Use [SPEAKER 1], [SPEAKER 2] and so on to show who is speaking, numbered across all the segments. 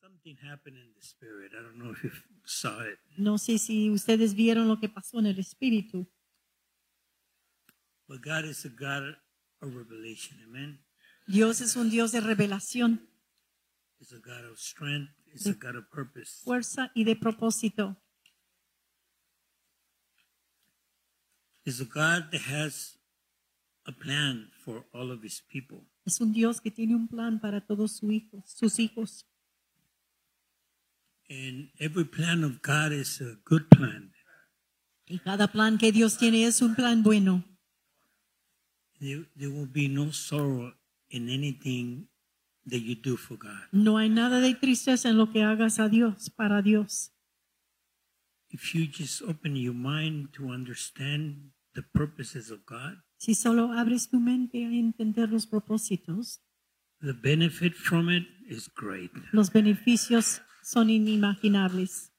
[SPEAKER 1] Something happened in the spirit. I don't know if you saw it.
[SPEAKER 2] No sé si ustedes vieron lo que pasó en el espíritu,
[SPEAKER 1] But God is a God of revelation. Amen.
[SPEAKER 2] Dios es un Dios de revelación,
[SPEAKER 1] He's a God of strength. He's a God of purpose.
[SPEAKER 2] fuerza y de propósito.
[SPEAKER 1] He's a God that has a plan for all of his people.
[SPEAKER 2] Es un Dios que tiene un plan para todos sus hijos, sus hijos.
[SPEAKER 1] And every plan of God is a good plan.
[SPEAKER 2] Y cada plan que Dios tiene es un plan bueno.
[SPEAKER 1] There, there will be no sorrow in anything that you do for God.
[SPEAKER 2] No hay nada de tristeza en lo que hagas a Dios, para Dios.
[SPEAKER 1] If you just open your mind to understand the purposes of God,
[SPEAKER 2] Si solo abres tu mente a entender los propósitos,
[SPEAKER 1] the benefit from it is great.
[SPEAKER 2] los beneficios son inimaginables.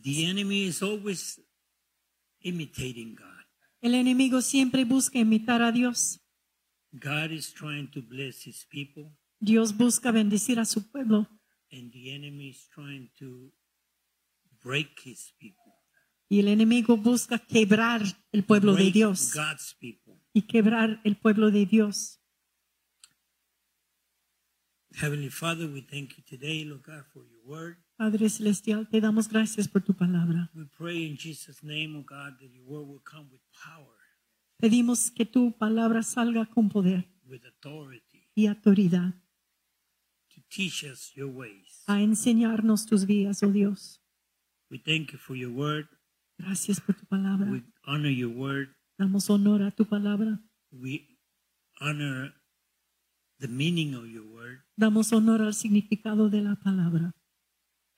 [SPEAKER 1] The enemy is always imitating God.
[SPEAKER 2] El enemigo siempre busca imitar a Dios.
[SPEAKER 1] God is trying to bless his people,
[SPEAKER 2] Dios busca bendecir a su pueblo
[SPEAKER 1] and the enemy is trying to break his people.
[SPEAKER 2] y el enemigo busca quebrar el pueblo de
[SPEAKER 1] break
[SPEAKER 2] Dios
[SPEAKER 1] God's people.
[SPEAKER 2] y quebrar el pueblo de Dios.
[SPEAKER 1] Heavenly Father, we thank you today, Lord God, for your word.
[SPEAKER 2] Padre Celestial, te damos gracias por tu palabra.
[SPEAKER 1] We pray in Jesus' name, O God, that your word will come with power,
[SPEAKER 2] Pedimos que tu palabra salga con poder
[SPEAKER 1] with authority,
[SPEAKER 2] y autoridad
[SPEAKER 1] to teach us your ways.
[SPEAKER 2] a enseñarnos tus vías, oh Dios.
[SPEAKER 1] We thank you for your word.
[SPEAKER 2] Gracias por tu palabra.
[SPEAKER 1] We honor your word.
[SPEAKER 2] Damos honor a tu palabra.
[SPEAKER 1] We honor the meaning of your word.
[SPEAKER 2] Damos honor al significado de la palabra.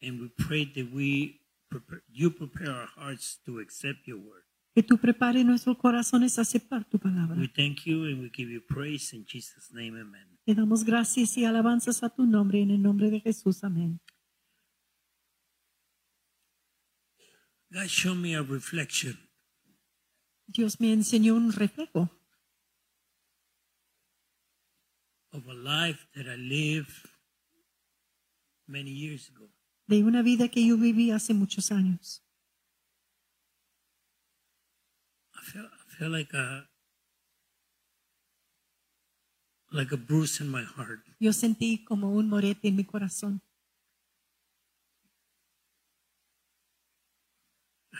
[SPEAKER 1] And we pray that we prepare, you prepare our hearts to accept your word.
[SPEAKER 2] Que tú prepare nuestros corazones a aceptar
[SPEAKER 1] We
[SPEAKER 2] tu palabra.
[SPEAKER 1] thank you and we give you praise in Jesus' name, amen.
[SPEAKER 2] Te damos gracias y alabanzas a tu nombre en el nombre de Jesús. Amén.
[SPEAKER 1] God, show me a reflection.
[SPEAKER 2] Dios me enseñó un reflejo
[SPEAKER 1] of a life that I lived many years ago.
[SPEAKER 2] de una vida que yo viví hace muchos años.
[SPEAKER 1] I feel I feel like a like a bruise in my heart.
[SPEAKER 2] Yo sentí como un morete en mi corazón.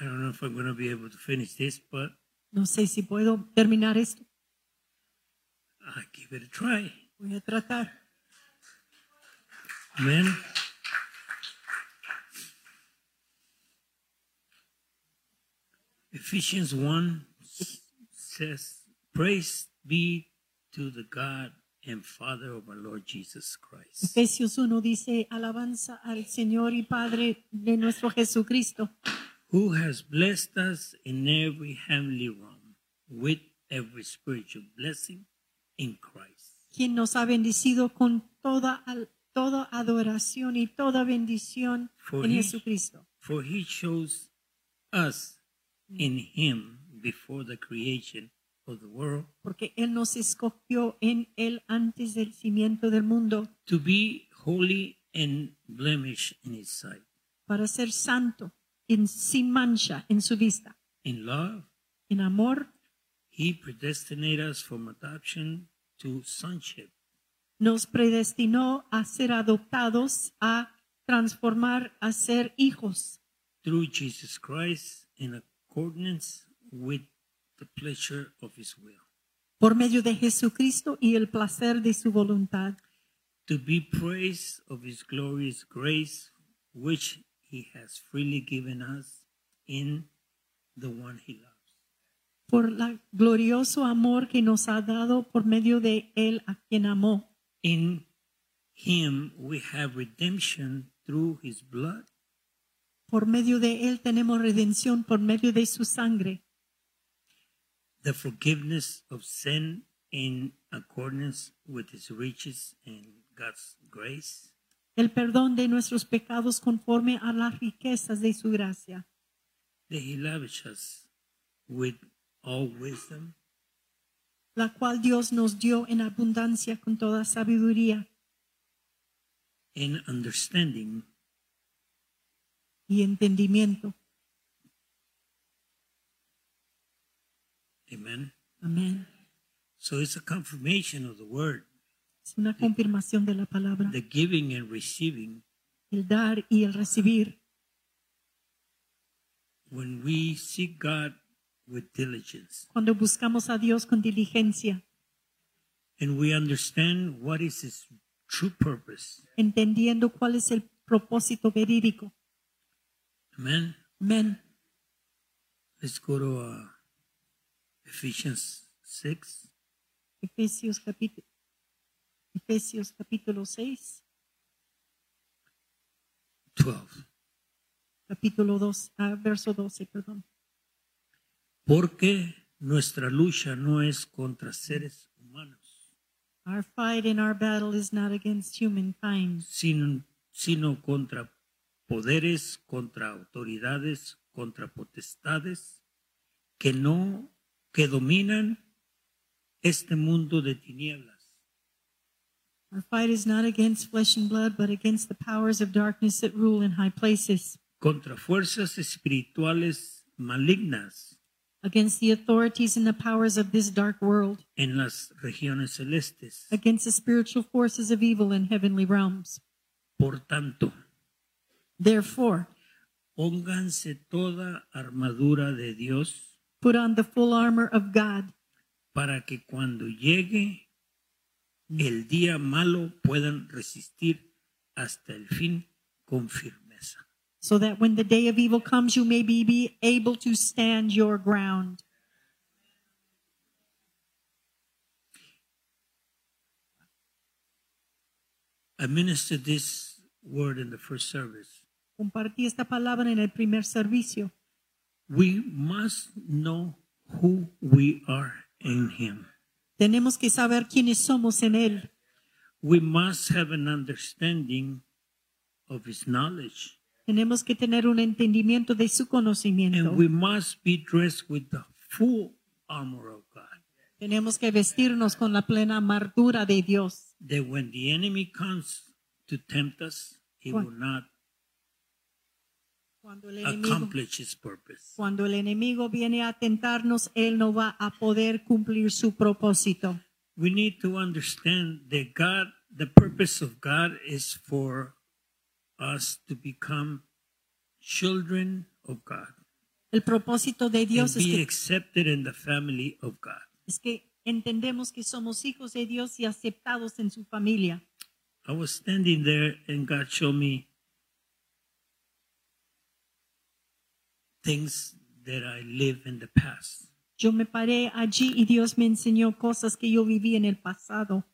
[SPEAKER 1] I don't know if I'm gonna be able to finish this, but
[SPEAKER 2] No sé si puedo terminar esto.
[SPEAKER 1] I give it a try.
[SPEAKER 2] Voy a tratar.
[SPEAKER 1] Amen. Ephesians 1 s- says, Praise be to the God and Father of our Lord Jesus Christ.
[SPEAKER 2] Efesios 1 dice, alabanza al Señor y Padre de nuestro Jesucristo,
[SPEAKER 1] who has blessed us in every heavenly realm with every spiritual blessing in Christ.
[SPEAKER 2] quien nos ha bendecido con toda, al- toda adoración y toda bendición
[SPEAKER 1] For
[SPEAKER 2] en
[SPEAKER 1] he-
[SPEAKER 2] Jesucristo.
[SPEAKER 1] For he chose us in him before the creation of the world
[SPEAKER 2] Porque Él nos escogió en Él antes del cimiento del mundo
[SPEAKER 1] to be holy and blemished in his sight.
[SPEAKER 2] para ser santo, en, sin mancha en su vista.
[SPEAKER 1] In love,
[SPEAKER 2] En amor
[SPEAKER 1] he predestinated us from adoption to sonship
[SPEAKER 2] nos predestinó a ser adoptados, a transformar, a ser hijos
[SPEAKER 1] through Jesus Christ in accordance with the pleasure of his will.
[SPEAKER 2] por medio de Jesucristo y el placer de su voluntad,
[SPEAKER 1] to be praised of his glorious grace which he has freely given us in the one he loves
[SPEAKER 2] por el glorioso amor que nos ha dado por medio de Él a quien amó.
[SPEAKER 1] in him we have redemption through his blood
[SPEAKER 2] Por medio de Él tenemos redención, por medio de su sangre.
[SPEAKER 1] the forgiveness of sin in accordance with his riches and god's grace
[SPEAKER 2] el perdón de nuestros pecados conforme a las riquezas de su gracia,
[SPEAKER 1] that he lavishes us with all wisdom
[SPEAKER 2] la cual Dios nos dio en abundancia con toda sabiduría
[SPEAKER 1] and understanding
[SPEAKER 2] y entendimiento.
[SPEAKER 1] amen
[SPEAKER 2] Amén.
[SPEAKER 1] so it's a confirmation of the word
[SPEAKER 2] Es una confirmación de la palabra.
[SPEAKER 1] the giving and receiving
[SPEAKER 2] El dar y el recibir.
[SPEAKER 1] when we seek god with diligence
[SPEAKER 2] Cuando buscamos a Dios con diligencia,
[SPEAKER 1] and we understand what is his true purpose
[SPEAKER 2] entendiendo cuál es el propósito verídico.
[SPEAKER 1] amen
[SPEAKER 2] Amén.
[SPEAKER 1] let's go to uh, ephesians 6
[SPEAKER 2] Efesios capítulo, Efesios capítulo 6,
[SPEAKER 1] 12
[SPEAKER 2] capítulo 2, ah, verso 12, perdón.
[SPEAKER 1] Porque nuestra lucha no es contra seres humanos,
[SPEAKER 2] Our fight and our battle is not against humankind,
[SPEAKER 1] sino, sino contra poderes, contra autoridades, contra potestades que no que dominan este mundo de tinieblas,
[SPEAKER 2] Our fight is not against flesh and blood, but against the powers of darkness that rule in high places,
[SPEAKER 1] contra fuerzas espirituales malignas
[SPEAKER 2] against the authorities and the powers of this dark world,
[SPEAKER 1] en las regiones celestes.
[SPEAKER 2] against the spiritual forces of evil in heavenly realms.
[SPEAKER 1] Por tanto,
[SPEAKER 2] Therefore,
[SPEAKER 1] pónganse toda armadura de Dios
[SPEAKER 2] put on the full armor of God,
[SPEAKER 1] para que cuando llegue el día malo puedan resistir hasta el fin con firmeza.
[SPEAKER 2] so that when the day of evil comes, you may be, be able to stand your ground.
[SPEAKER 1] I ministered this word in the first service.
[SPEAKER 2] Compartí esta palabra en el primer servicio.
[SPEAKER 1] We must know who we are in Him.
[SPEAKER 2] Tenemos que saber quiénes somos en Él.
[SPEAKER 1] We must have an understanding of His knowledge.
[SPEAKER 2] Tenemos que tener un entendimiento de su conocimiento.
[SPEAKER 1] And we must be dressed with the full armor of God.
[SPEAKER 2] Tenemos que vestirnos con la plena amargura de Dios,
[SPEAKER 1] That when the enemy comes to tempt us, he will not
[SPEAKER 2] cuando el enemigo,
[SPEAKER 1] accomplish his purpose.
[SPEAKER 2] cuando el enemigo viene a tentarnos, él no va a poder cumplir su propósito.
[SPEAKER 1] We need to understand that God, the purpose of God is for us to become children of God
[SPEAKER 2] El propósito de
[SPEAKER 1] and
[SPEAKER 2] Dios es
[SPEAKER 1] be
[SPEAKER 2] que,
[SPEAKER 1] accepted in the family of God.
[SPEAKER 2] es que entendemos que somos hijos de Dios y aceptados en su familia.
[SPEAKER 1] I was standing there and God showed me things that I live in the past.
[SPEAKER 2] Yo me paré allí y Dios me enseñó cosas que yo viví en el pasado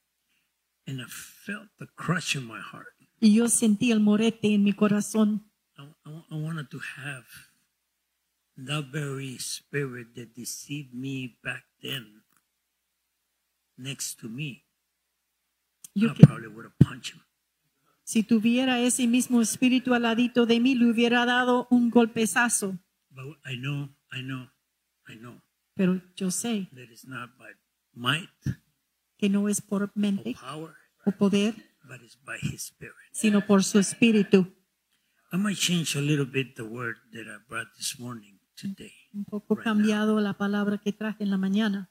[SPEAKER 1] And I felt the crush in my heart.
[SPEAKER 2] y yo sentí el morete en mi corazón.
[SPEAKER 1] I, I- I wanted to have that very spirit that deceived me back then next to me.
[SPEAKER 2] Yo
[SPEAKER 1] I
[SPEAKER 2] que-
[SPEAKER 1] probably would have punched him.
[SPEAKER 2] si tuviera ese mismo espíritu al ladito de mí, le hubiera dado un golpezazo.
[SPEAKER 1] But I know, I know, I know
[SPEAKER 2] Pero yo sé
[SPEAKER 1] that it's not by might
[SPEAKER 2] que no es por
[SPEAKER 1] or
[SPEAKER 2] mente
[SPEAKER 1] power,
[SPEAKER 2] o poder,
[SPEAKER 1] but it's by his spirit.
[SPEAKER 2] sino por su espíritu.
[SPEAKER 1] I might change a little bit the word that I brought this morning today.
[SPEAKER 2] Un poco cambiado la palabra que traje en la mañana.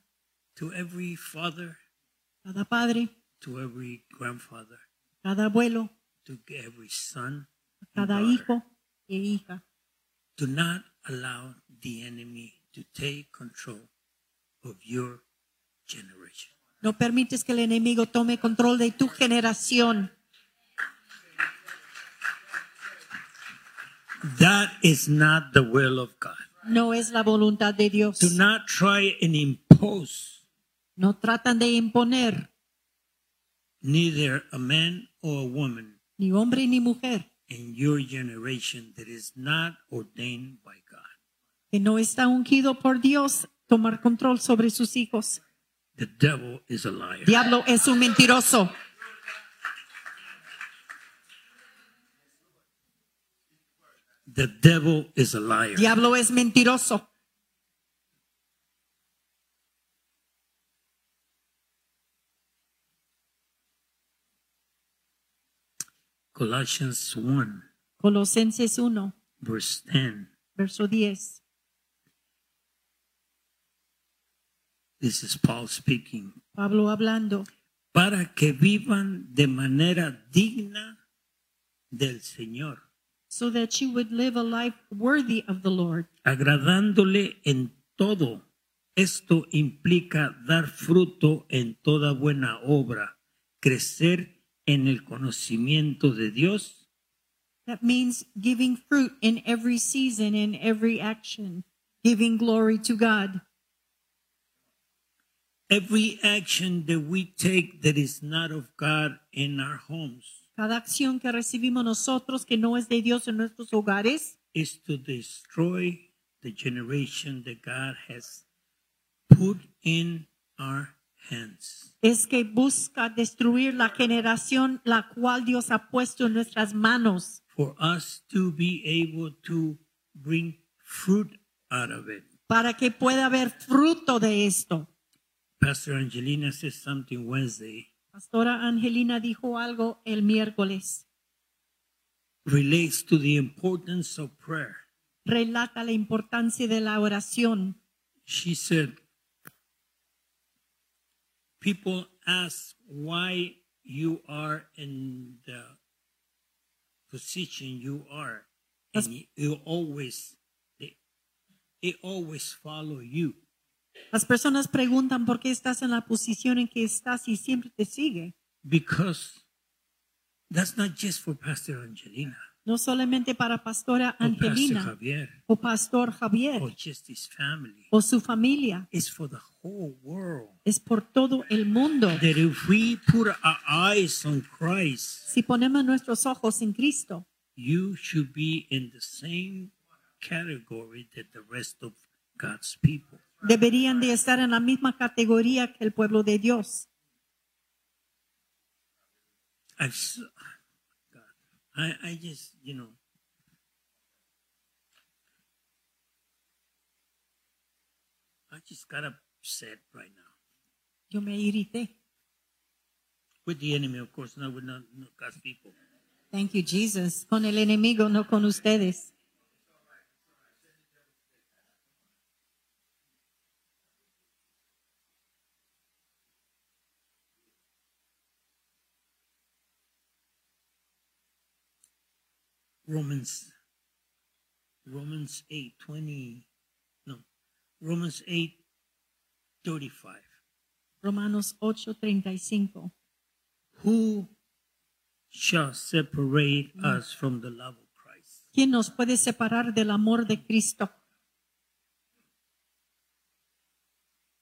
[SPEAKER 1] To every father,
[SPEAKER 2] Cada padre,
[SPEAKER 1] to every grandfather,
[SPEAKER 2] cada abuelo,
[SPEAKER 1] to every son, and
[SPEAKER 2] cada
[SPEAKER 1] daughter.
[SPEAKER 2] hijo e hija.
[SPEAKER 1] Do not allow the enemy to take control of your generation.
[SPEAKER 2] No permites que el enemigo tome control de tu generación.
[SPEAKER 1] That is not the will of God.
[SPEAKER 2] No es la voluntad de Dios.
[SPEAKER 1] Do not try and impose
[SPEAKER 2] No tratan de imponer
[SPEAKER 1] neither a man or a woman
[SPEAKER 2] ni hombre ni mujer
[SPEAKER 1] in your generation that is not ordained by God.
[SPEAKER 2] que no está ungido por Dios tomar control sobre sus hijos.
[SPEAKER 1] The devil is a liar.
[SPEAKER 2] Diablo es un mentiroso.
[SPEAKER 1] The devil is a liar.
[SPEAKER 2] Diablo es mentiroso.
[SPEAKER 1] Colossians Colossians 1,
[SPEAKER 2] Colosenses 1,
[SPEAKER 1] verse 10.
[SPEAKER 2] verso 10.
[SPEAKER 1] This is Paul speaking.
[SPEAKER 2] Pablo hablando,
[SPEAKER 1] Para que vivan de manera digna del Señor,
[SPEAKER 2] so that you would live a life worthy of the Lord,
[SPEAKER 1] agradándole en todo. Esto implica dar fruto en toda buena obra, crecer en el conocimiento de Dios
[SPEAKER 2] That means giving fruit in every season, in every action, giving glory to God.
[SPEAKER 1] Every action that we take that is not of God in our homes
[SPEAKER 2] Cada acción que recibimos nosotros que no es de Dios en nuestros hogares
[SPEAKER 1] is to destroy the generation that God has put in our hands.
[SPEAKER 2] es que busca destruir la generación la cual Dios ha puesto en nuestras manos
[SPEAKER 1] For us to be able to bring fruit out of it.
[SPEAKER 2] para que pueda haber fruto de esto.
[SPEAKER 1] Pastor Angelina said something Wednesday
[SPEAKER 2] Pastora Angelina dijo algo el miércoles.
[SPEAKER 1] relates to the importance of prayer.
[SPEAKER 2] Relata la importancia de la oración.
[SPEAKER 1] She said, People ask why you are in the position you are. And
[SPEAKER 2] That's-
[SPEAKER 1] you always, they, they always follow you.
[SPEAKER 2] Las personas preguntan por qué estás en la posición en que estás y siempre te sigue.
[SPEAKER 1] Because that's not just for Pastor Angelina
[SPEAKER 2] no solamente para pastora
[SPEAKER 1] or Oh, Pastor
[SPEAKER 2] Angelina
[SPEAKER 1] Javier Oh.
[SPEAKER 2] o pastor Javier
[SPEAKER 1] or just his family.
[SPEAKER 2] o su familia,
[SPEAKER 1] It's for the whole world.
[SPEAKER 2] es por todo el mundo.
[SPEAKER 1] That if we put our eyes on Christ,
[SPEAKER 2] Si ponemos nuestros ojos en Cristo,
[SPEAKER 1] you should be in the same category that the rest of God's people.
[SPEAKER 2] deberían de estar en la misma categoría que el pueblo de Dios.
[SPEAKER 1] I've, s- oh God, I, I just, you know, I just got upset right now
[SPEAKER 2] Yo me irrité.
[SPEAKER 1] with the enemy, of course, not with not, not God's people.
[SPEAKER 2] Thank you, Jesus. Con el enemigo, no con ustedes.
[SPEAKER 1] Romans, Romans eight twenty, no, Romans eight thirty-five.
[SPEAKER 2] Romanos 8:35.
[SPEAKER 1] Who shall separate us from the love of Christ?
[SPEAKER 2] ¿Quién nos puede separar del amor de Cristo?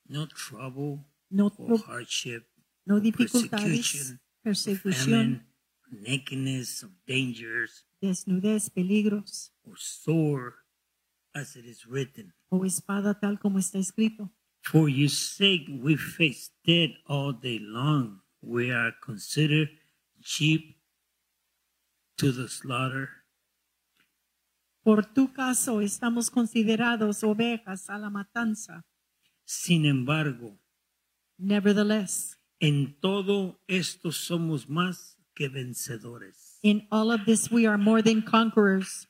[SPEAKER 1] No trouble
[SPEAKER 2] No,
[SPEAKER 1] or
[SPEAKER 2] tru-
[SPEAKER 1] hardship,
[SPEAKER 2] no dificultades,
[SPEAKER 1] persecution, famine,
[SPEAKER 2] persecución,
[SPEAKER 1] nakedness, of dangers,
[SPEAKER 2] desnudez, peligros
[SPEAKER 1] or sore, as it is written.
[SPEAKER 2] o espada tal como está escrito.
[SPEAKER 1] For your sake we face death all day long. We are considered sheep to the slaughter.
[SPEAKER 2] Por tu caso estamos considerados ovejas a la matanza.
[SPEAKER 1] Sin embargo,
[SPEAKER 2] Nevertheless,
[SPEAKER 1] en todo esto somos más que vencedores.
[SPEAKER 2] in all of this we are more than conquerors.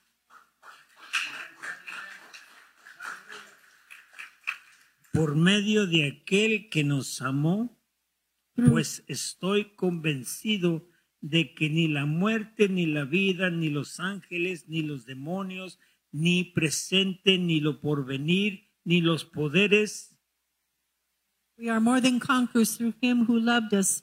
[SPEAKER 1] Por medio de aquel que nos amó, pues estoy convencido de que ni la muerte, ni la vida, ni los ángeles, ni los demonios, ni presente, ni lo porvenir, ni los poderes,
[SPEAKER 2] We are more than conquerors through him who loved us.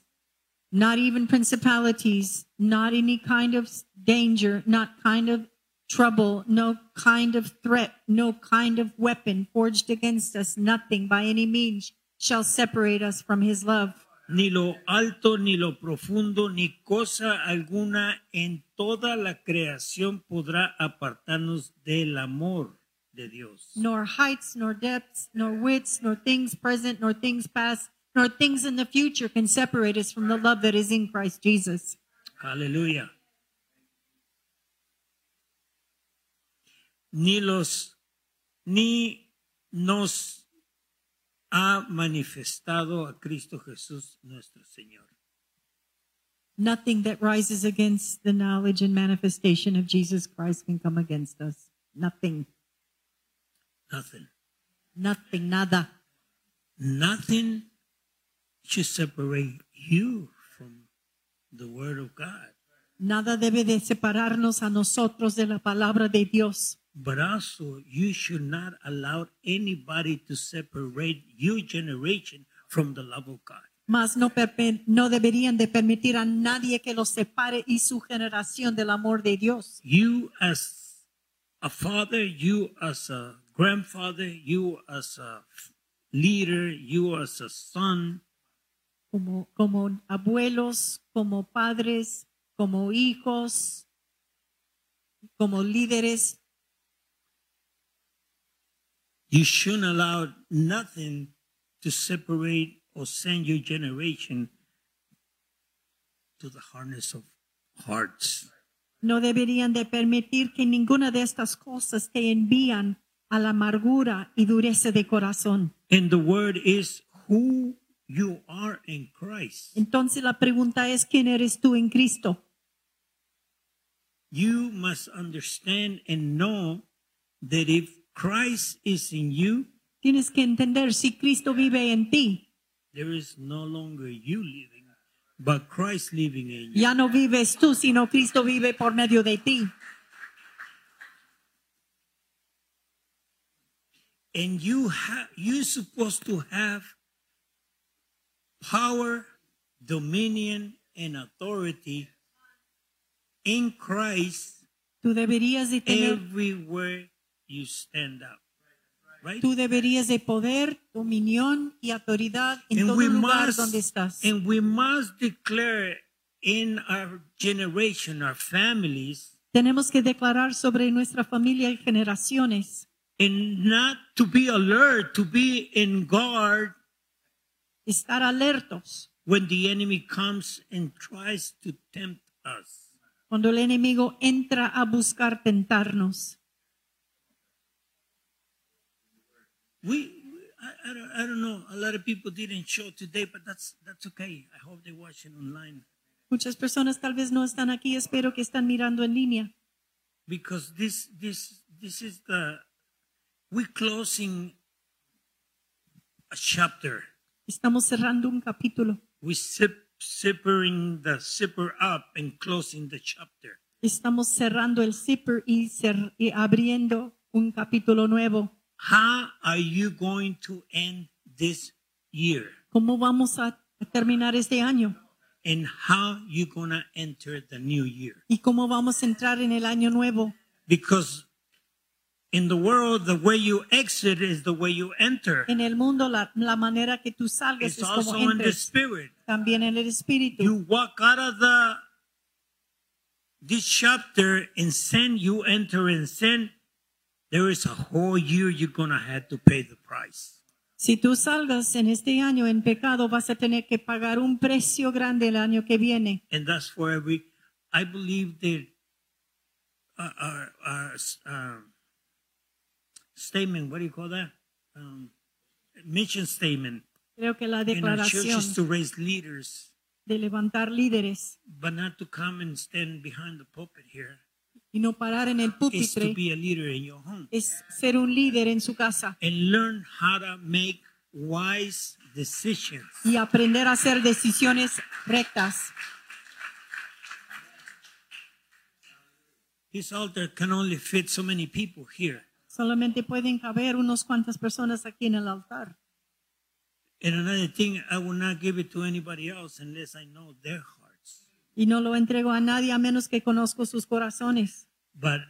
[SPEAKER 2] Not even principalities, not any kind of danger, not kind of trouble, no kind of threat, no kind of weapon forged against us, nothing by any means shall separate us from his love.
[SPEAKER 1] ni lo alto, ni lo profundo, ni cosa alguna en toda la creación podrá apartarnos del amor de Dios.
[SPEAKER 2] nor heights, nor depths, nor widths, nor things present, nor things past, nor things in the future can separate us from the love that is in Christ Jesus.
[SPEAKER 1] Aleluya. Ni los ni nos ha manifestado a Cristo Jesús nuestro Señor.
[SPEAKER 2] nothing that rises against the knowledge and manifestation of Jesus Christ can come against us. Nothing.
[SPEAKER 1] Nothing.
[SPEAKER 2] Nothing. Nada.
[SPEAKER 1] Nothing should separate you from the Word of God.
[SPEAKER 2] Nada debe de separarnos a nosotros de la palabra de Dios.
[SPEAKER 1] But also, you should not allow anybody to separate your generation from the love of God.
[SPEAKER 2] Mas no, perpe- no deberían de permitir a nadie que los separe y su generación del amor de Dios.
[SPEAKER 1] You, as a father, you, as a grandfather, you, as a leader, you, as a son,
[SPEAKER 2] Como, como abuelos, como padres, como hijos, como líderes,
[SPEAKER 1] you shouldn't allow nothing to separate or send your generation to the hardness of hearts.
[SPEAKER 2] no deberían de permitir que ninguna de estas cosas te envían a la amargura y dureza de corazón.
[SPEAKER 1] And the word is who you are in Christ.
[SPEAKER 2] Entonces la pregunta es, ¿quién eres tú en Cristo?
[SPEAKER 1] You must understand and know that if Christ is in you,
[SPEAKER 2] Tienes que entender si Cristo vive en ti.
[SPEAKER 1] there is no longer you living, but Christ living in you.
[SPEAKER 2] Ya no vives tú, sino Cristo vive por medio de ti.
[SPEAKER 1] And you have you're supposed to have power, dominion, and authority in Christ
[SPEAKER 2] Tú deberías de
[SPEAKER 1] Eh,
[SPEAKER 2] tener,
[SPEAKER 1] everywhere you stand up. Right?
[SPEAKER 2] tú deberías de poder, dominión y autoridad en
[SPEAKER 1] and
[SPEAKER 2] todo
[SPEAKER 1] we
[SPEAKER 2] lugar
[SPEAKER 1] must
[SPEAKER 2] donde estás.
[SPEAKER 1] and we must declare in our generation our families
[SPEAKER 2] Tenemos que declarar sobre nuestra familia y generaciones
[SPEAKER 1] and not to be alert to be in guard
[SPEAKER 2] estar alertos
[SPEAKER 1] when the enemy comes and tries to tempt us
[SPEAKER 2] cuando el enemigo entra a buscar tentarnos.
[SPEAKER 1] we I, I, don't, I don't know a lot of people didn't show today but that's that's okay i hope they're watching online
[SPEAKER 2] Muchas personas tal vez no están aquí, espero que están mirando en línea.
[SPEAKER 1] because this this this is the we're closing a chapter
[SPEAKER 2] Estamos cerrando un capítulo.
[SPEAKER 1] we sip, sippering the zipper up and closing the chapter.
[SPEAKER 2] Estamos cerrando el zipper y, cer- y abriendo un capítulo nuevo.
[SPEAKER 1] How are you going to end this year?
[SPEAKER 2] ¿Cómo vamos a terminar este año?
[SPEAKER 1] And how you gonna enter the new year?
[SPEAKER 2] ¿Y cómo vamos a entrar en el año nuevo?
[SPEAKER 1] Because in the world, the way you exit is the way you enter.
[SPEAKER 2] En el mundo, la, la manera que tú salgas
[SPEAKER 1] It's
[SPEAKER 2] es como
[SPEAKER 1] also in the
[SPEAKER 2] entres.
[SPEAKER 1] spirit.
[SPEAKER 2] También en el espíritu.
[SPEAKER 1] You walk out of the this chapter in sin, you enter in sin. There is a whole year you're gonna have to pay the price.
[SPEAKER 2] Si tú salgas en este año en pecado, vas a tener que pagar un precio grande el año que viene.
[SPEAKER 1] and that's for every. I believe that our, our, our um, statement, what do you call that? Um, mission statement
[SPEAKER 2] Creo que la
[SPEAKER 1] in our church
[SPEAKER 2] declaración
[SPEAKER 1] is to raise leaders,
[SPEAKER 2] de levantar líderes
[SPEAKER 1] but not to come and stand behind the pulpit here.
[SPEAKER 2] y no parar en el
[SPEAKER 1] Is to
[SPEAKER 2] pupitre
[SPEAKER 1] be a leader in your home
[SPEAKER 2] es ser un líder en su casa
[SPEAKER 1] and learn how to make wise decisions.
[SPEAKER 2] y aprender a hacer decisiones rectas.
[SPEAKER 1] This altar can only fit so many people here.
[SPEAKER 2] Solamente pueden caber unos cuantas personas aquí en el altar.
[SPEAKER 1] And another thing, I will not give it to anybody else unless I know their hearts.
[SPEAKER 2] Y no lo entrego a nadie a menos que conozco sus corazones.
[SPEAKER 1] But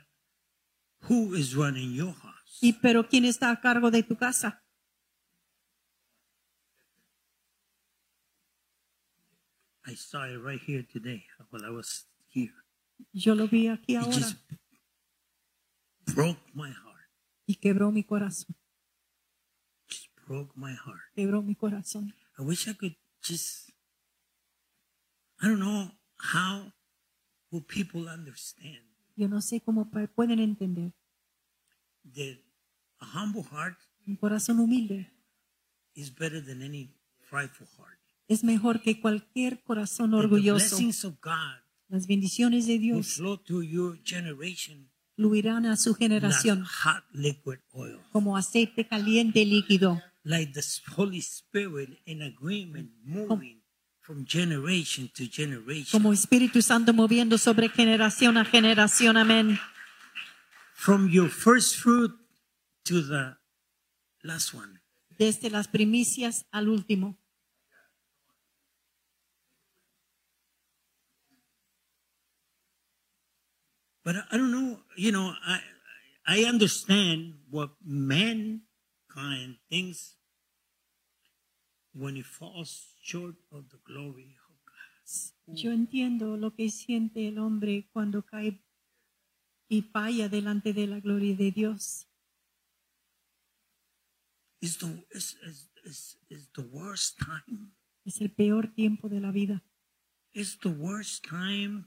[SPEAKER 1] who is running your house?
[SPEAKER 2] Y pero ¿quién está a cargo de tu casa?
[SPEAKER 1] I saw it right here today while I was here.
[SPEAKER 2] Yo lo vi aquí
[SPEAKER 1] It just
[SPEAKER 2] ahora
[SPEAKER 1] broke my heart.
[SPEAKER 2] y quebró mi corazón,
[SPEAKER 1] Just broke my heart.
[SPEAKER 2] quebró mi corazón.
[SPEAKER 1] I wish I could just. I don't know how will people understand
[SPEAKER 2] Yo no sé cómo pa- pueden entender.
[SPEAKER 1] that a humble heart
[SPEAKER 2] Un corazón humilde
[SPEAKER 1] is better than any prideful heart.
[SPEAKER 2] es mejor que cualquier corazón
[SPEAKER 1] And the
[SPEAKER 2] orgulloso.
[SPEAKER 1] blessings of God
[SPEAKER 2] Las bendiciones de
[SPEAKER 1] will
[SPEAKER 2] Dios
[SPEAKER 1] flow to your generation
[SPEAKER 2] fluirán a su
[SPEAKER 1] like
[SPEAKER 2] generación
[SPEAKER 1] hot liquid oil.
[SPEAKER 2] como aceite caliente líquido,
[SPEAKER 1] Like the Holy Spirit in agreement moving from generation to generation.
[SPEAKER 2] como Espíritu Santo moviendo sobre generación a generación. Amén.
[SPEAKER 1] From your first fruit to the last one.
[SPEAKER 2] Desde las primicias al último.
[SPEAKER 1] But I- I don't know, you know, I I understand what mankind thinks when it falls short of the glory of God.
[SPEAKER 2] Yo entiendo lo que siente el hombre cuando cae y falla delante de la gloria de Dios.
[SPEAKER 1] It's the it's, it's, it's, it's the worst time.
[SPEAKER 2] Es el peor tiempo de la vida.
[SPEAKER 1] It's the worst time.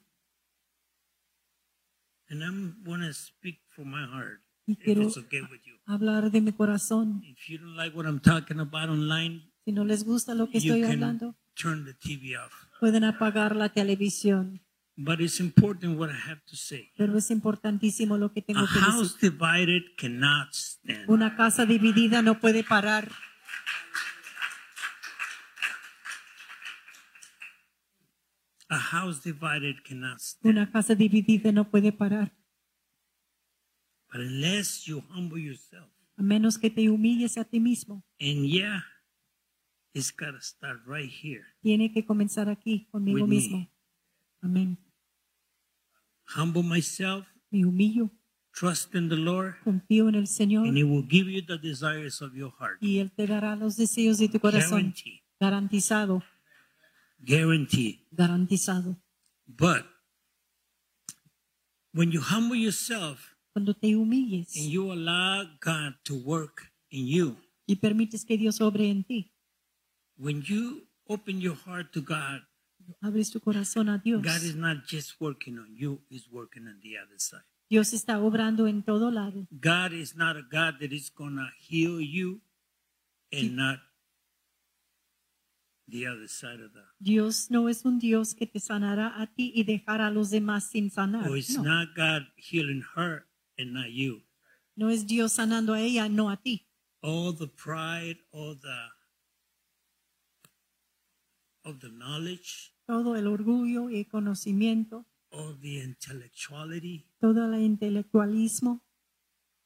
[SPEAKER 1] And I'm gonna speak from my heart,
[SPEAKER 2] Y
[SPEAKER 1] if
[SPEAKER 2] quiero
[SPEAKER 1] it's okay with you.
[SPEAKER 2] hablar de mi corazón.
[SPEAKER 1] If you don't like what I'm talking about online,
[SPEAKER 2] Si no les gusta lo que
[SPEAKER 1] you
[SPEAKER 2] estoy
[SPEAKER 1] can
[SPEAKER 2] hablando,
[SPEAKER 1] turn the TV off.
[SPEAKER 2] pueden apagar la televisión.
[SPEAKER 1] But it's important what I have to say.
[SPEAKER 2] Pero es importantísimo lo que tengo
[SPEAKER 1] A
[SPEAKER 2] que decir.
[SPEAKER 1] house divided cannot stand.
[SPEAKER 2] Una casa dividida no puede parar.
[SPEAKER 1] A house divided cannot stand.
[SPEAKER 2] Una casa dividida no puede parar.
[SPEAKER 1] But unless you humble yourself,
[SPEAKER 2] A menos que te humilles a ti mismo.
[SPEAKER 1] and yeah, it's got to start right here.
[SPEAKER 2] Tiene que comenzar aquí conmigo
[SPEAKER 1] With me.
[SPEAKER 2] mismo. Amén.
[SPEAKER 1] Humble myself,
[SPEAKER 2] Me humillo.
[SPEAKER 1] trust in the Lord,
[SPEAKER 2] Confío en el Señor.
[SPEAKER 1] and He will give you the desires of your heart.
[SPEAKER 2] y Él te dará los deseos de tu corazón.
[SPEAKER 1] Guarantee.
[SPEAKER 2] Garantizado,
[SPEAKER 1] Guarantee.
[SPEAKER 2] garantizado.
[SPEAKER 1] But when you humble yourself
[SPEAKER 2] Cuando te humilles
[SPEAKER 1] and you allow God to work in you,
[SPEAKER 2] y permites que Dios obre en ti,
[SPEAKER 1] when you open your heart to God,
[SPEAKER 2] abres tu corazón a Dios.
[SPEAKER 1] God is not just working on you, He's working on the other side.
[SPEAKER 2] Dios está obrando en todo lado.
[SPEAKER 1] God is not a God that is going to heal you and not the other side of that.
[SPEAKER 2] Dios no es un Dios que te sanará a ti y dejará a los demás sin sanar.
[SPEAKER 1] Or it's
[SPEAKER 2] No,
[SPEAKER 1] not God healing her and not you.
[SPEAKER 2] no es Dios sanando a ella, no a ti.
[SPEAKER 1] All the pride, all the of the knowledge,
[SPEAKER 2] Todo el orgullo y el conocimiento,
[SPEAKER 1] all the intellectuality,
[SPEAKER 2] todo el intelectualismo,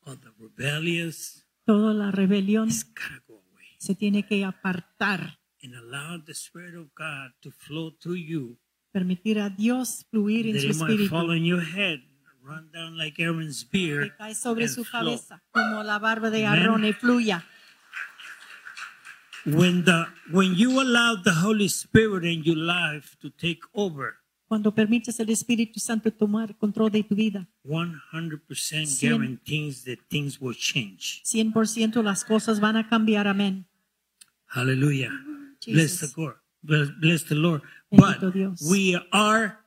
[SPEAKER 1] all the rebellious,
[SPEAKER 2] toda la rebelión
[SPEAKER 1] it's gotta go away.
[SPEAKER 2] se tiene que apartar,
[SPEAKER 1] And allow the Spirit of God to flow through you.
[SPEAKER 2] permitir a Dios fluir en
[SPEAKER 1] That
[SPEAKER 2] su
[SPEAKER 1] it might
[SPEAKER 2] espíritu.
[SPEAKER 1] fall on your head, run down like Aaron's beard.
[SPEAKER 2] que cae sobre
[SPEAKER 1] and
[SPEAKER 2] su
[SPEAKER 1] flow.
[SPEAKER 2] cabeza como la barba de
[SPEAKER 1] Amen.
[SPEAKER 2] Aarón y fluya.
[SPEAKER 1] when the when you allow the holy spirit in your life to take over
[SPEAKER 2] Cuando permites el Espíritu Santo tomar control de tu vida,
[SPEAKER 1] 100%
[SPEAKER 2] Cien.
[SPEAKER 1] guarantees that things will change
[SPEAKER 2] 100% las cosas van a cambiar. Amén.
[SPEAKER 1] hallelujah bless the
[SPEAKER 2] Jesus.
[SPEAKER 1] god bless, bless the lord
[SPEAKER 2] Bendito
[SPEAKER 1] but
[SPEAKER 2] Dios.
[SPEAKER 1] we are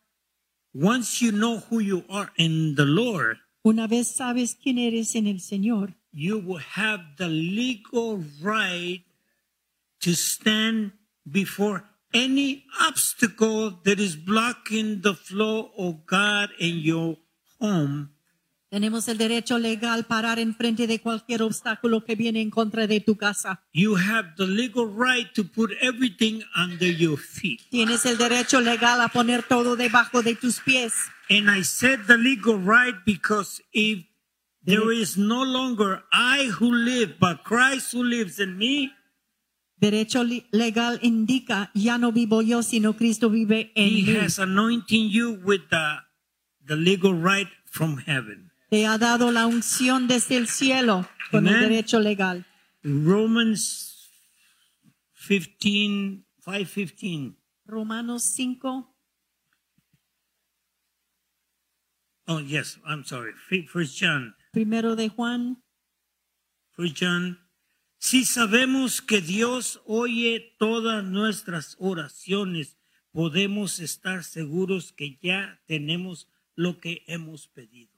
[SPEAKER 1] once you know who you are in the lord
[SPEAKER 2] Una vez sabes quién eres en el Señor,
[SPEAKER 1] you will have the legal right to stand before any obstacle that is blocking the flow of god in your home
[SPEAKER 2] tenemos el derecho legal parar enfrente de cualquier obstáculo que viene en contra de tu casa.
[SPEAKER 1] You have the legal right to put everything under your feet.
[SPEAKER 2] Tienes el derecho legal a poner todo debajo de tus pies.
[SPEAKER 1] And I said the legal right because if there is no longer I who live, but Christ who lives in me,
[SPEAKER 2] Derecho li- legal indica, ya no vivo yo, sino Cristo vive en
[SPEAKER 1] he
[SPEAKER 2] mí.
[SPEAKER 1] has anointing you with the, the legal right from heaven.
[SPEAKER 2] Te ha dado la unción desde el cielo con el
[SPEAKER 1] Amen.
[SPEAKER 2] derecho legal.
[SPEAKER 1] Romans 15, 515.
[SPEAKER 2] Romanos 5,
[SPEAKER 1] Oh, yes, I'm sorry. First John
[SPEAKER 2] primero de Juan.
[SPEAKER 1] First John, si sabemos que Dios oye todas nuestras oraciones, podemos estar seguros que ya tenemos lo que hemos pedido.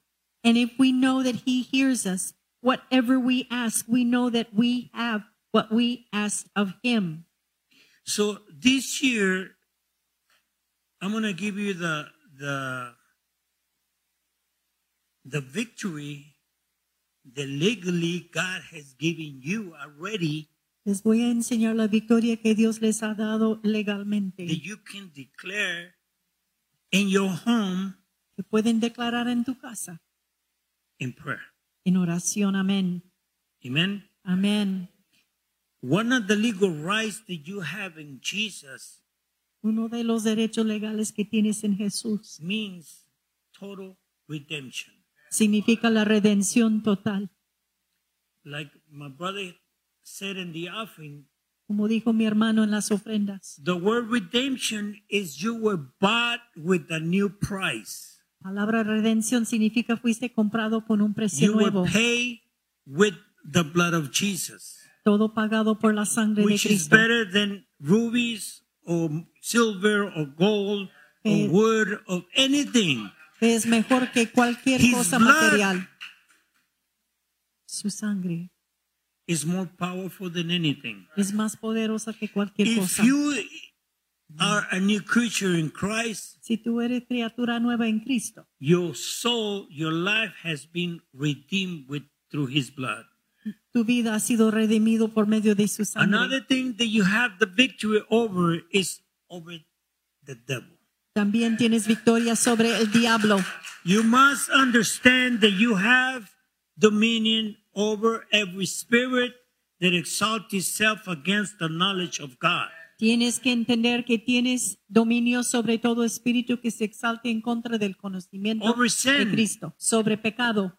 [SPEAKER 2] And if we know that he hears us, whatever we ask, we know that we have what we asked of him.
[SPEAKER 1] So this year, I'm going to give you the the the victory that legally God has given you already
[SPEAKER 2] Les voy a enseñar la victoria que Dios les ha dado legalmente,
[SPEAKER 1] that you can declare in your home
[SPEAKER 2] que pueden declarar en tu casa.
[SPEAKER 1] in prayer.
[SPEAKER 2] En oración, amén.
[SPEAKER 1] Amen.
[SPEAKER 2] Amén.
[SPEAKER 1] One of the legal rights that you have in Jesus
[SPEAKER 2] Uno de los derechos legales que tienes en Jesús
[SPEAKER 1] means total redemption.
[SPEAKER 2] significa la redención total.
[SPEAKER 1] Like my brother said in the offering,
[SPEAKER 2] Como dijo mi hermano en las ofrendas,
[SPEAKER 1] the word redemption is you were bought with a new price.
[SPEAKER 2] la palabra redención significa fuiste comprado con un precio
[SPEAKER 1] You
[SPEAKER 2] nuevo,
[SPEAKER 1] were paid with the blood of Jesus,
[SPEAKER 2] todo pagado por la sangre de
[SPEAKER 1] which is
[SPEAKER 2] Cristo,
[SPEAKER 1] better than rubies or silver or gold or
[SPEAKER 2] Eh,
[SPEAKER 1] wood or anything.
[SPEAKER 2] que es mejor que cualquier
[SPEAKER 1] His
[SPEAKER 2] cosa
[SPEAKER 1] blood.
[SPEAKER 2] material. Su sangre
[SPEAKER 1] Is more powerful than anything.
[SPEAKER 2] es más poderosa que cualquier
[SPEAKER 1] If
[SPEAKER 2] cosa.
[SPEAKER 1] you are a new creature in Christ,
[SPEAKER 2] Si tú eres criatura nueva en Cristo,
[SPEAKER 1] your soul, your life has been redeemed with through his blood.
[SPEAKER 2] tu vida ha sido redimido por medio de su sangre.
[SPEAKER 1] Another thing that you have the victory over is over the devil.
[SPEAKER 2] También tienes victoria sobre el diablo.
[SPEAKER 1] You must understand that you have dominion over every spirit that exalts itself against the knowledge of God.
[SPEAKER 2] Tienes que entender que tienes dominio sobre todo espíritu que se exalte en contra del conocimiento
[SPEAKER 1] Over
[SPEAKER 2] de
[SPEAKER 1] sin.
[SPEAKER 2] Cristo, sobre pecado.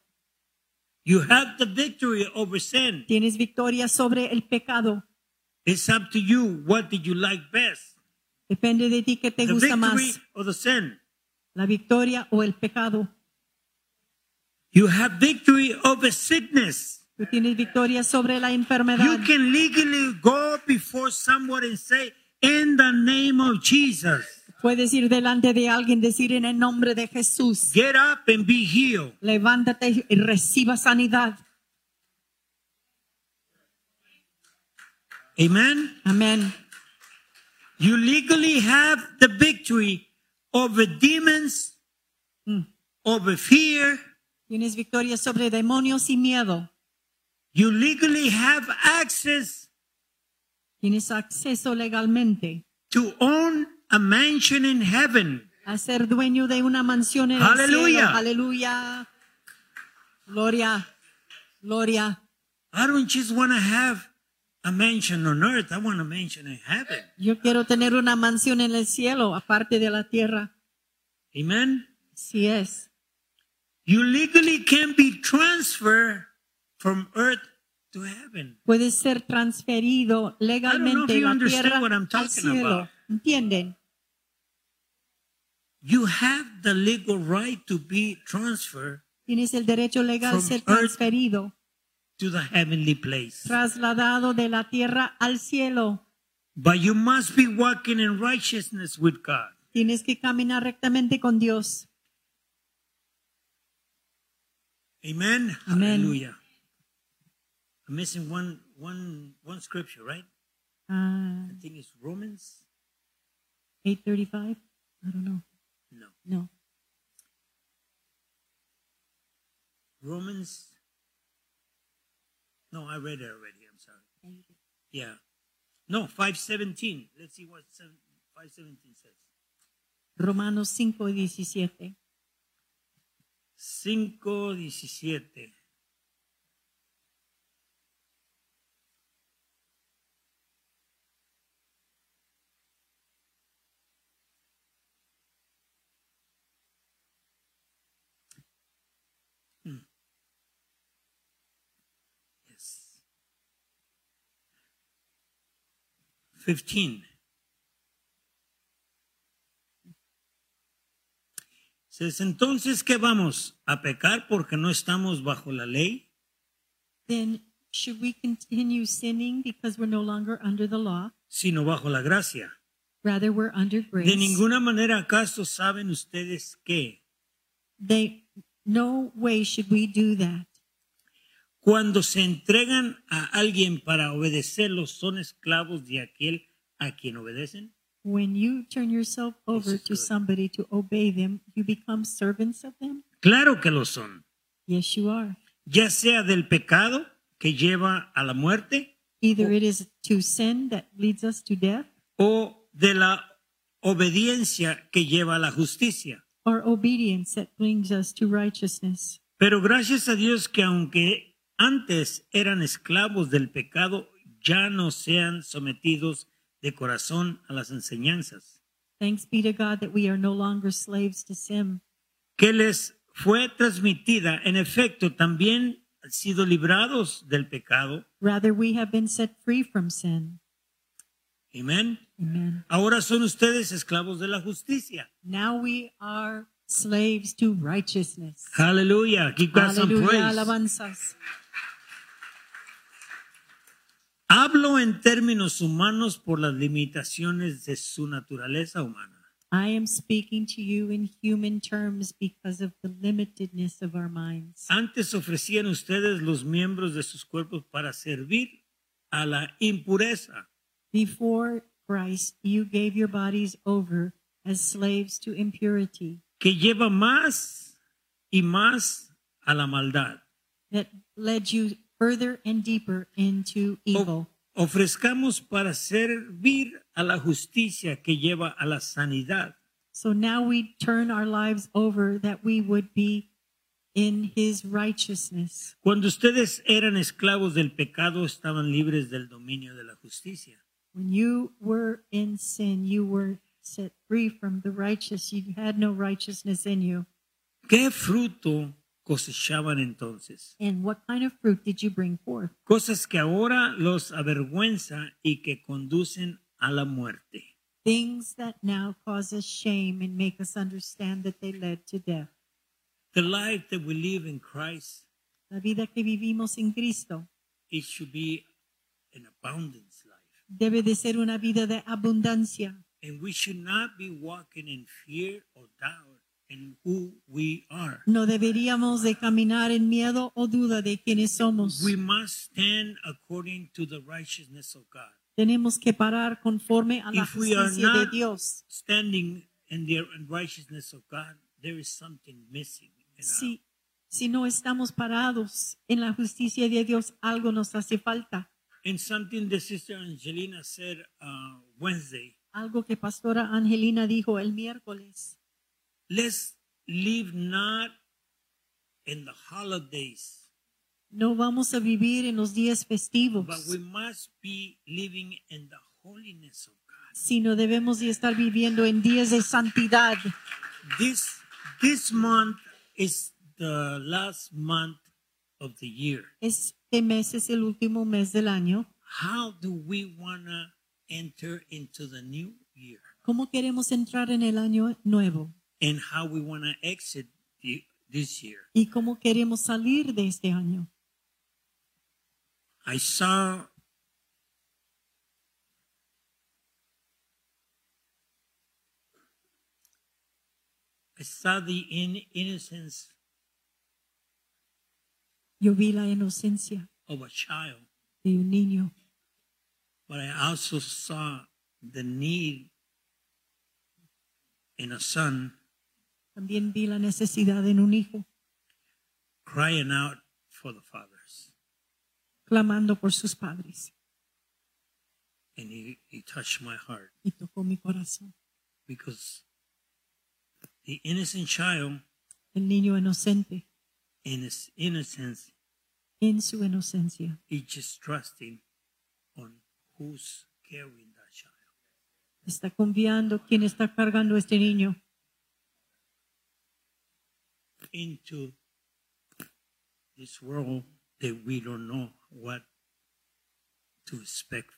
[SPEAKER 1] You have the victory over sin.
[SPEAKER 2] Tienes victoria sobre el pecado.
[SPEAKER 1] It's up to you. What did you like best?
[SPEAKER 2] Depende de ti que te
[SPEAKER 1] The
[SPEAKER 2] gusta
[SPEAKER 1] victory
[SPEAKER 2] más,
[SPEAKER 1] or the sin?
[SPEAKER 2] la victoria o el pecado.
[SPEAKER 1] You have victory over sickness.
[SPEAKER 2] Tú tienes victoria sobre la enfermedad.
[SPEAKER 1] You can legally go before someone and say, in the name of Jesus,
[SPEAKER 2] Puedes ir delante de alguien, decir en el nombre de Jesús,
[SPEAKER 1] get up and be healed.
[SPEAKER 2] levántate y reciba sanidad.
[SPEAKER 1] Amen.
[SPEAKER 2] Amén.
[SPEAKER 1] You legally have the victory over demons,
[SPEAKER 2] Mm.
[SPEAKER 1] over fear.
[SPEAKER 2] Tienes victoria sobre demonios y miedo.
[SPEAKER 1] You legally have access
[SPEAKER 2] Tienes acceso legalmente
[SPEAKER 1] to own a mansion in heaven.
[SPEAKER 2] a ser dueño de una mansión en el cielo.
[SPEAKER 1] Aleluya.
[SPEAKER 2] Aleluya. Gloria. Gloria.
[SPEAKER 1] I don't just want to have a mansion on earth, I want a mansion in heaven.
[SPEAKER 2] Yo quiero tener una mansión en el cielo, aparte de la tierra.
[SPEAKER 1] Amen.
[SPEAKER 2] Así es.
[SPEAKER 1] You legally can be transferred from earth to heaven.
[SPEAKER 2] Puedes ser transferido legalmente
[SPEAKER 1] I
[SPEAKER 2] de la
[SPEAKER 1] don't know if you
[SPEAKER 2] tierra
[SPEAKER 1] understand what I'm
[SPEAKER 2] al
[SPEAKER 1] talking
[SPEAKER 2] cielo.
[SPEAKER 1] about.
[SPEAKER 2] ¿Entienden?
[SPEAKER 1] You have the legal right to be transferred
[SPEAKER 2] Tienes el derecho legal de
[SPEAKER 1] From
[SPEAKER 2] ser
[SPEAKER 1] earth-
[SPEAKER 2] transferido,
[SPEAKER 1] to the heavenly place.
[SPEAKER 2] trasladado de la tierra al cielo.
[SPEAKER 1] But you must be walking in righteousness with God.
[SPEAKER 2] Tienes que caminar rectamente con Dios.
[SPEAKER 1] Amen.
[SPEAKER 2] Amen.
[SPEAKER 1] Hallelujah. I'm missing one one one scripture, right?
[SPEAKER 2] Ah,
[SPEAKER 1] I think it's Romans.
[SPEAKER 2] 8:35. I don't know.
[SPEAKER 1] No.
[SPEAKER 2] No.
[SPEAKER 1] Romans. No, I read it already. I'm sorry. Yeah. No, 517. Let's see what seven- 517 says.
[SPEAKER 2] Romanos 5:17.
[SPEAKER 1] 5.17. Hmm. Yes. 15. Says, entonces, ¿qué vamos? ¿A pecar porque no estamos bajo la ley?
[SPEAKER 2] Then should we continue sinning because we're no longer under the law?
[SPEAKER 1] Sino bajo la gracia.
[SPEAKER 2] Rather, we're under grace.
[SPEAKER 1] De ninguna manera acaso saben ustedes que
[SPEAKER 2] They, no way should we do that.
[SPEAKER 1] cuando se entregan a alguien para obedecerlo son esclavos de aquel a quien obedecen,
[SPEAKER 2] When you turn yourself over
[SPEAKER 1] is
[SPEAKER 2] to
[SPEAKER 1] good.
[SPEAKER 2] somebody to obey them, you become servants of them?
[SPEAKER 1] claro que lo son,
[SPEAKER 2] Yes, you are.
[SPEAKER 1] ya sea del pecado que lleva a la muerte
[SPEAKER 2] Either it is to sin that leads us to death,
[SPEAKER 1] o de la obediencia que lleva a la justicia.
[SPEAKER 2] or obedience that brings us to righteousness.
[SPEAKER 1] Pero gracias a Dios que aunque antes eran esclavos del pecado, ya no sean sometidos de corazón a las enseñanzas,
[SPEAKER 2] Thanks be to God that we are no longer slaves to sin.
[SPEAKER 1] que les fue transmitida. En efecto, también han sido librados del pecado.
[SPEAKER 2] Rather, we have been set free from sin.
[SPEAKER 1] Amén.
[SPEAKER 2] Amen.
[SPEAKER 1] Ahora son ustedes esclavos de la justicia.
[SPEAKER 2] Now we are slaves to righteousness.
[SPEAKER 1] Aleluya. pues, Give God some
[SPEAKER 2] Hallelujah,
[SPEAKER 1] praise.
[SPEAKER 2] alabanzas.
[SPEAKER 1] Hablo en términos humanos por las limitaciones de su naturaleza humana.
[SPEAKER 2] I am speaking to you in human terms because of the limitedness of our minds.
[SPEAKER 1] Antes ofrecían ustedes los miembros de sus cuerpos para servir a la impureza,
[SPEAKER 2] Before Christ, you gave your bodies over as slaves to impurity
[SPEAKER 1] que lleva más y más a la maldad.
[SPEAKER 2] that led you further and deeper into evil.
[SPEAKER 1] O- ofrezcamos para servir a la justicia que lleva a la sanidad.
[SPEAKER 2] So now we turn our lives over that we would be in his righteousness.
[SPEAKER 1] Cuando ustedes eran esclavos del pecado, estaban libres del dominio de la justicia.
[SPEAKER 2] When you were in sin, you were set free from the righteous. You had no righteousness in you.
[SPEAKER 1] ¿Qué fruto cosechaban entonces?
[SPEAKER 2] And what kind of fruit did you bring forth?
[SPEAKER 1] Cosas que ahora los avergüenza y que conducen a la muerte.
[SPEAKER 2] Things that now cause us shame and make us understand that they led to death.
[SPEAKER 1] The life that we live in Christ,
[SPEAKER 2] La vida que vivimos en Cristo
[SPEAKER 1] it should be an abundance life.
[SPEAKER 2] debe de ser una vida de abundancia
[SPEAKER 1] And we should not be walking in fear or doubt in who we are.
[SPEAKER 2] No deberíamos de caminar en miedo o duda de quiénes somos.
[SPEAKER 1] We must stand according to the righteousness of God.
[SPEAKER 2] Tenemos que parar conforme a la
[SPEAKER 1] If we are
[SPEAKER 2] justicia de
[SPEAKER 1] not-
[SPEAKER 2] Dios.
[SPEAKER 1] Standing in the righteousness of God, there is something missing. in our-
[SPEAKER 2] Si, si no estamos parados en la justicia de Dios, algo nos hace falta.
[SPEAKER 1] And something that Sister Angelina said uh, Wednesday
[SPEAKER 2] Algo que Pastora Angelina dijo el miércoles.
[SPEAKER 1] let's live not in the holidays,
[SPEAKER 2] No vamos a vivir en los días festivos,
[SPEAKER 1] but we must be living in the holiness of God.
[SPEAKER 2] sino debemos de estar viviendo en días de santidad.
[SPEAKER 1] This this month is the last month of the year.
[SPEAKER 2] Este mes es el último mes del año.
[SPEAKER 1] How do we wanna enter into the new year?
[SPEAKER 2] ¿Cómo queremos entrar en el año nuevo?
[SPEAKER 1] And how we wanna exit the, this year?
[SPEAKER 2] y cómo queremos salir de este año.
[SPEAKER 1] I saw I saw the in- innocence
[SPEAKER 2] Yo vi la inocencia
[SPEAKER 1] of a child,
[SPEAKER 2] de un niño,
[SPEAKER 1] but I also saw the need in a son
[SPEAKER 2] también vi la necesidad en un hijo,
[SPEAKER 1] crying out for the fathers.
[SPEAKER 2] clamando por sus padres,
[SPEAKER 1] And he, he touched my heart
[SPEAKER 2] y tocó mi corazón.
[SPEAKER 1] because the innocent child
[SPEAKER 2] El niño inocente,
[SPEAKER 1] in his innocence
[SPEAKER 2] en su inocencia,
[SPEAKER 1] is just trusting on who's carrying that child.
[SPEAKER 2] está confiando quien está cargando a este niño
[SPEAKER 1] into this world that we don't know what to expect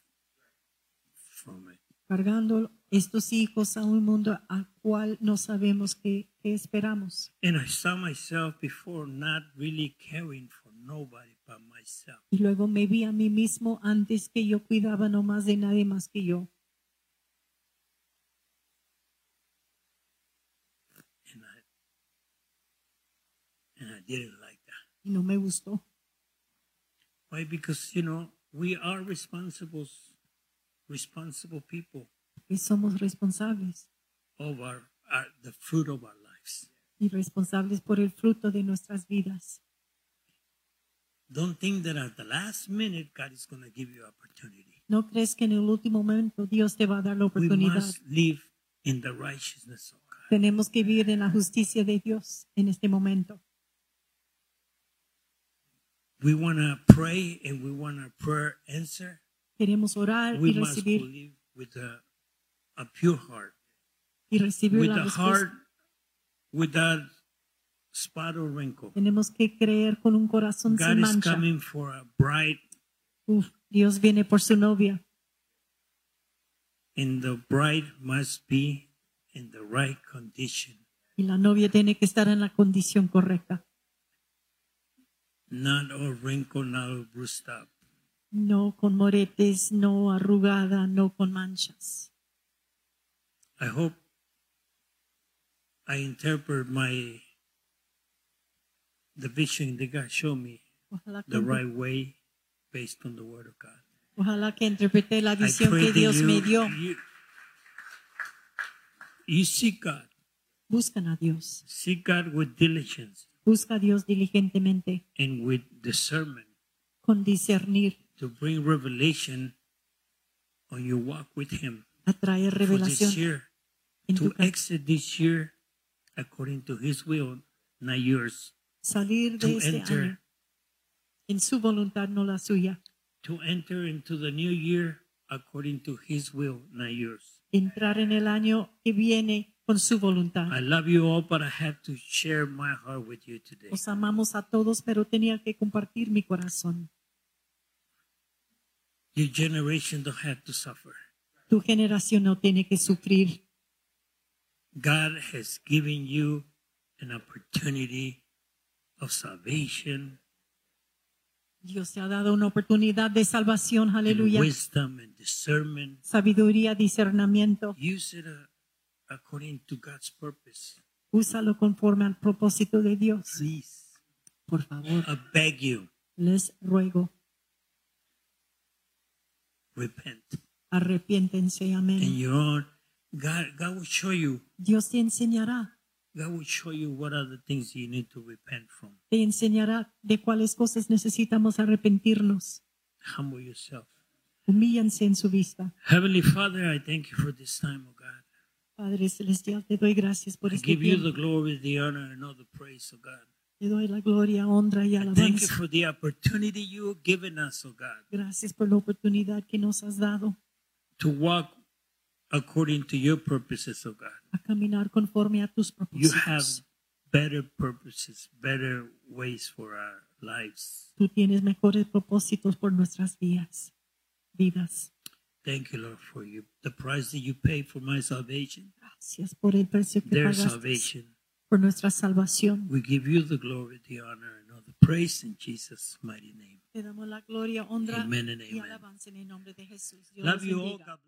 [SPEAKER 1] from it.
[SPEAKER 2] cargando estos hijos a un mundo al cual no sabemos qué, qué esperamos.
[SPEAKER 1] And I saw myself before not really caring for nobody but myself.
[SPEAKER 2] Y luego me vi a mí mismo antes que yo cuidaba no más de nadie más que yo.
[SPEAKER 1] And I and I didn't like that.
[SPEAKER 2] Y no me gustó,
[SPEAKER 1] Why? Because you know, we are responsible responsible people
[SPEAKER 2] Y somos responsables.
[SPEAKER 1] of our, our the fruit of our lives.
[SPEAKER 2] Y responsables por el fruto de nuestras vidas.
[SPEAKER 1] Don't think that at the last minute God is going to give you opportunity.
[SPEAKER 2] No crees que en el último momento Dios te va a dar la
[SPEAKER 1] We
[SPEAKER 2] oportunidad.
[SPEAKER 1] must live in the righteousness of God.
[SPEAKER 2] Tenemos que vivir en la justicia de Dios en este momento.
[SPEAKER 1] We want to pray and we want our prayer answer.
[SPEAKER 2] Queremos orar
[SPEAKER 1] We
[SPEAKER 2] y
[SPEAKER 1] must
[SPEAKER 2] recibir,
[SPEAKER 1] believe with a, a pure heart,
[SPEAKER 2] y recibir
[SPEAKER 1] with
[SPEAKER 2] la
[SPEAKER 1] a heart
[SPEAKER 2] respuesta.
[SPEAKER 1] without spot or wrinkle.
[SPEAKER 2] Tenemos que creer con un corazón
[SPEAKER 1] God
[SPEAKER 2] sin
[SPEAKER 1] is
[SPEAKER 2] mancha.
[SPEAKER 1] coming for a bride,
[SPEAKER 2] Uf, Dios viene por su novia
[SPEAKER 1] and the bride must be in the right condition,
[SPEAKER 2] y la novia tiene que estar en la condición correcta.
[SPEAKER 1] not all wrinkled, not all bruised up.
[SPEAKER 2] No con moretes, no arrugada, no con manchas.
[SPEAKER 1] I hope I interpret my the vision that God showed me
[SPEAKER 2] Ojalá que,
[SPEAKER 1] the right way based on the Word of God.
[SPEAKER 2] ojalá que interprete la
[SPEAKER 1] I
[SPEAKER 2] visión
[SPEAKER 1] pray
[SPEAKER 2] que
[SPEAKER 1] that
[SPEAKER 2] Dios
[SPEAKER 1] you,
[SPEAKER 2] me dio.
[SPEAKER 1] you you seek God,
[SPEAKER 2] Buscan a Dios.
[SPEAKER 1] seek God with diligence
[SPEAKER 2] Busca a Dios diligentemente,
[SPEAKER 1] and with discernment
[SPEAKER 2] con discernir,
[SPEAKER 1] to bring revelation on your walk with Him
[SPEAKER 2] atraer
[SPEAKER 1] for this
[SPEAKER 2] revelación
[SPEAKER 1] year
[SPEAKER 2] en tu
[SPEAKER 1] to
[SPEAKER 2] camino.
[SPEAKER 1] exit this year according to His will, not yours.
[SPEAKER 2] Salir de
[SPEAKER 1] To
[SPEAKER 2] este
[SPEAKER 1] enter
[SPEAKER 2] año en su voluntad, no la suya.
[SPEAKER 1] to enter into the new year according to His will, not yours.
[SPEAKER 2] Entrar en el año que viene con su voluntad.
[SPEAKER 1] I love you all, but I have to share my heart with you today.
[SPEAKER 2] Os amamos a todos, pero tenía que compartir mi corazón.
[SPEAKER 1] Your generation don't have to suffer.
[SPEAKER 2] Tu generación no tiene que sufrir.
[SPEAKER 1] God has given you an opportunity of salvation,
[SPEAKER 2] Dios te ha dado una oportunidad de salvación,
[SPEAKER 1] and
[SPEAKER 2] aleluya.
[SPEAKER 1] wisdom, and discernment.
[SPEAKER 2] Sabiduría, discernimiento.
[SPEAKER 1] Use it uh, according to God's purpose.
[SPEAKER 2] Úsalo conforme al propósito de Dios.
[SPEAKER 1] Please,
[SPEAKER 2] Por favor,
[SPEAKER 1] I beg you,
[SPEAKER 2] les ruego,
[SPEAKER 1] repent.
[SPEAKER 2] arrepiéntense,
[SPEAKER 1] And
[SPEAKER 2] amén.
[SPEAKER 1] your own, God, God will show you.
[SPEAKER 2] Dios te enseñará,
[SPEAKER 1] God will show you what are the things you need to repent from.
[SPEAKER 2] te enseñará de cuáles cosas necesitamos arrepentirnos.
[SPEAKER 1] Humble yourself.
[SPEAKER 2] Humíllanse en su vista.
[SPEAKER 1] Heavenly Father, I thank you for this time, oh God.
[SPEAKER 2] Padre Celestial, te doy gracias por
[SPEAKER 1] I
[SPEAKER 2] este
[SPEAKER 1] give you the
[SPEAKER 2] tiempo.
[SPEAKER 1] glory, the honor, and all the praise, oh God.
[SPEAKER 2] Te doy la gloria, honra y
[SPEAKER 1] I thank you
[SPEAKER 2] alabanza.
[SPEAKER 1] for the opportunity you have given us, oh God,
[SPEAKER 2] Gracias por la oportunidad que nos has dado
[SPEAKER 1] to walk according to your purposes, oh God.
[SPEAKER 2] a caminar conforme a tus
[SPEAKER 1] You have
[SPEAKER 2] propósitos.
[SPEAKER 1] better purposes, better ways for our lives.
[SPEAKER 2] Tú tienes mejores propósitos por nuestras vidas. vidas.
[SPEAKER 1] Thank you, Lord, for you. The price that you paid for my salvation,
[SPEAKER 2] Gracias por el precio que
[SPEAKER 1] their
[SPEAKER 2] pagaste
[SPEAKER 1] salvation.
[SPEAKER 2] por nuestra salvación.
[SPEAKER 1] We give you the glory, the honor, and all the praise in Jesus' mighty name.
[SPEAKER 2] Te damos la gloria, honra
[SPEAKER 1] Amen and
[SPEAKER 2] y
[SPEAKER 1] amen.
[SPEAKER 2] alabanza en el nombre de Jesús. Dios
[SPEAKER 1] Love
[SPEAKER 2] les
[SPEAKER 1] you all.
[SPEAKER 2] bendiga.
[SPEAKER 1] God bless.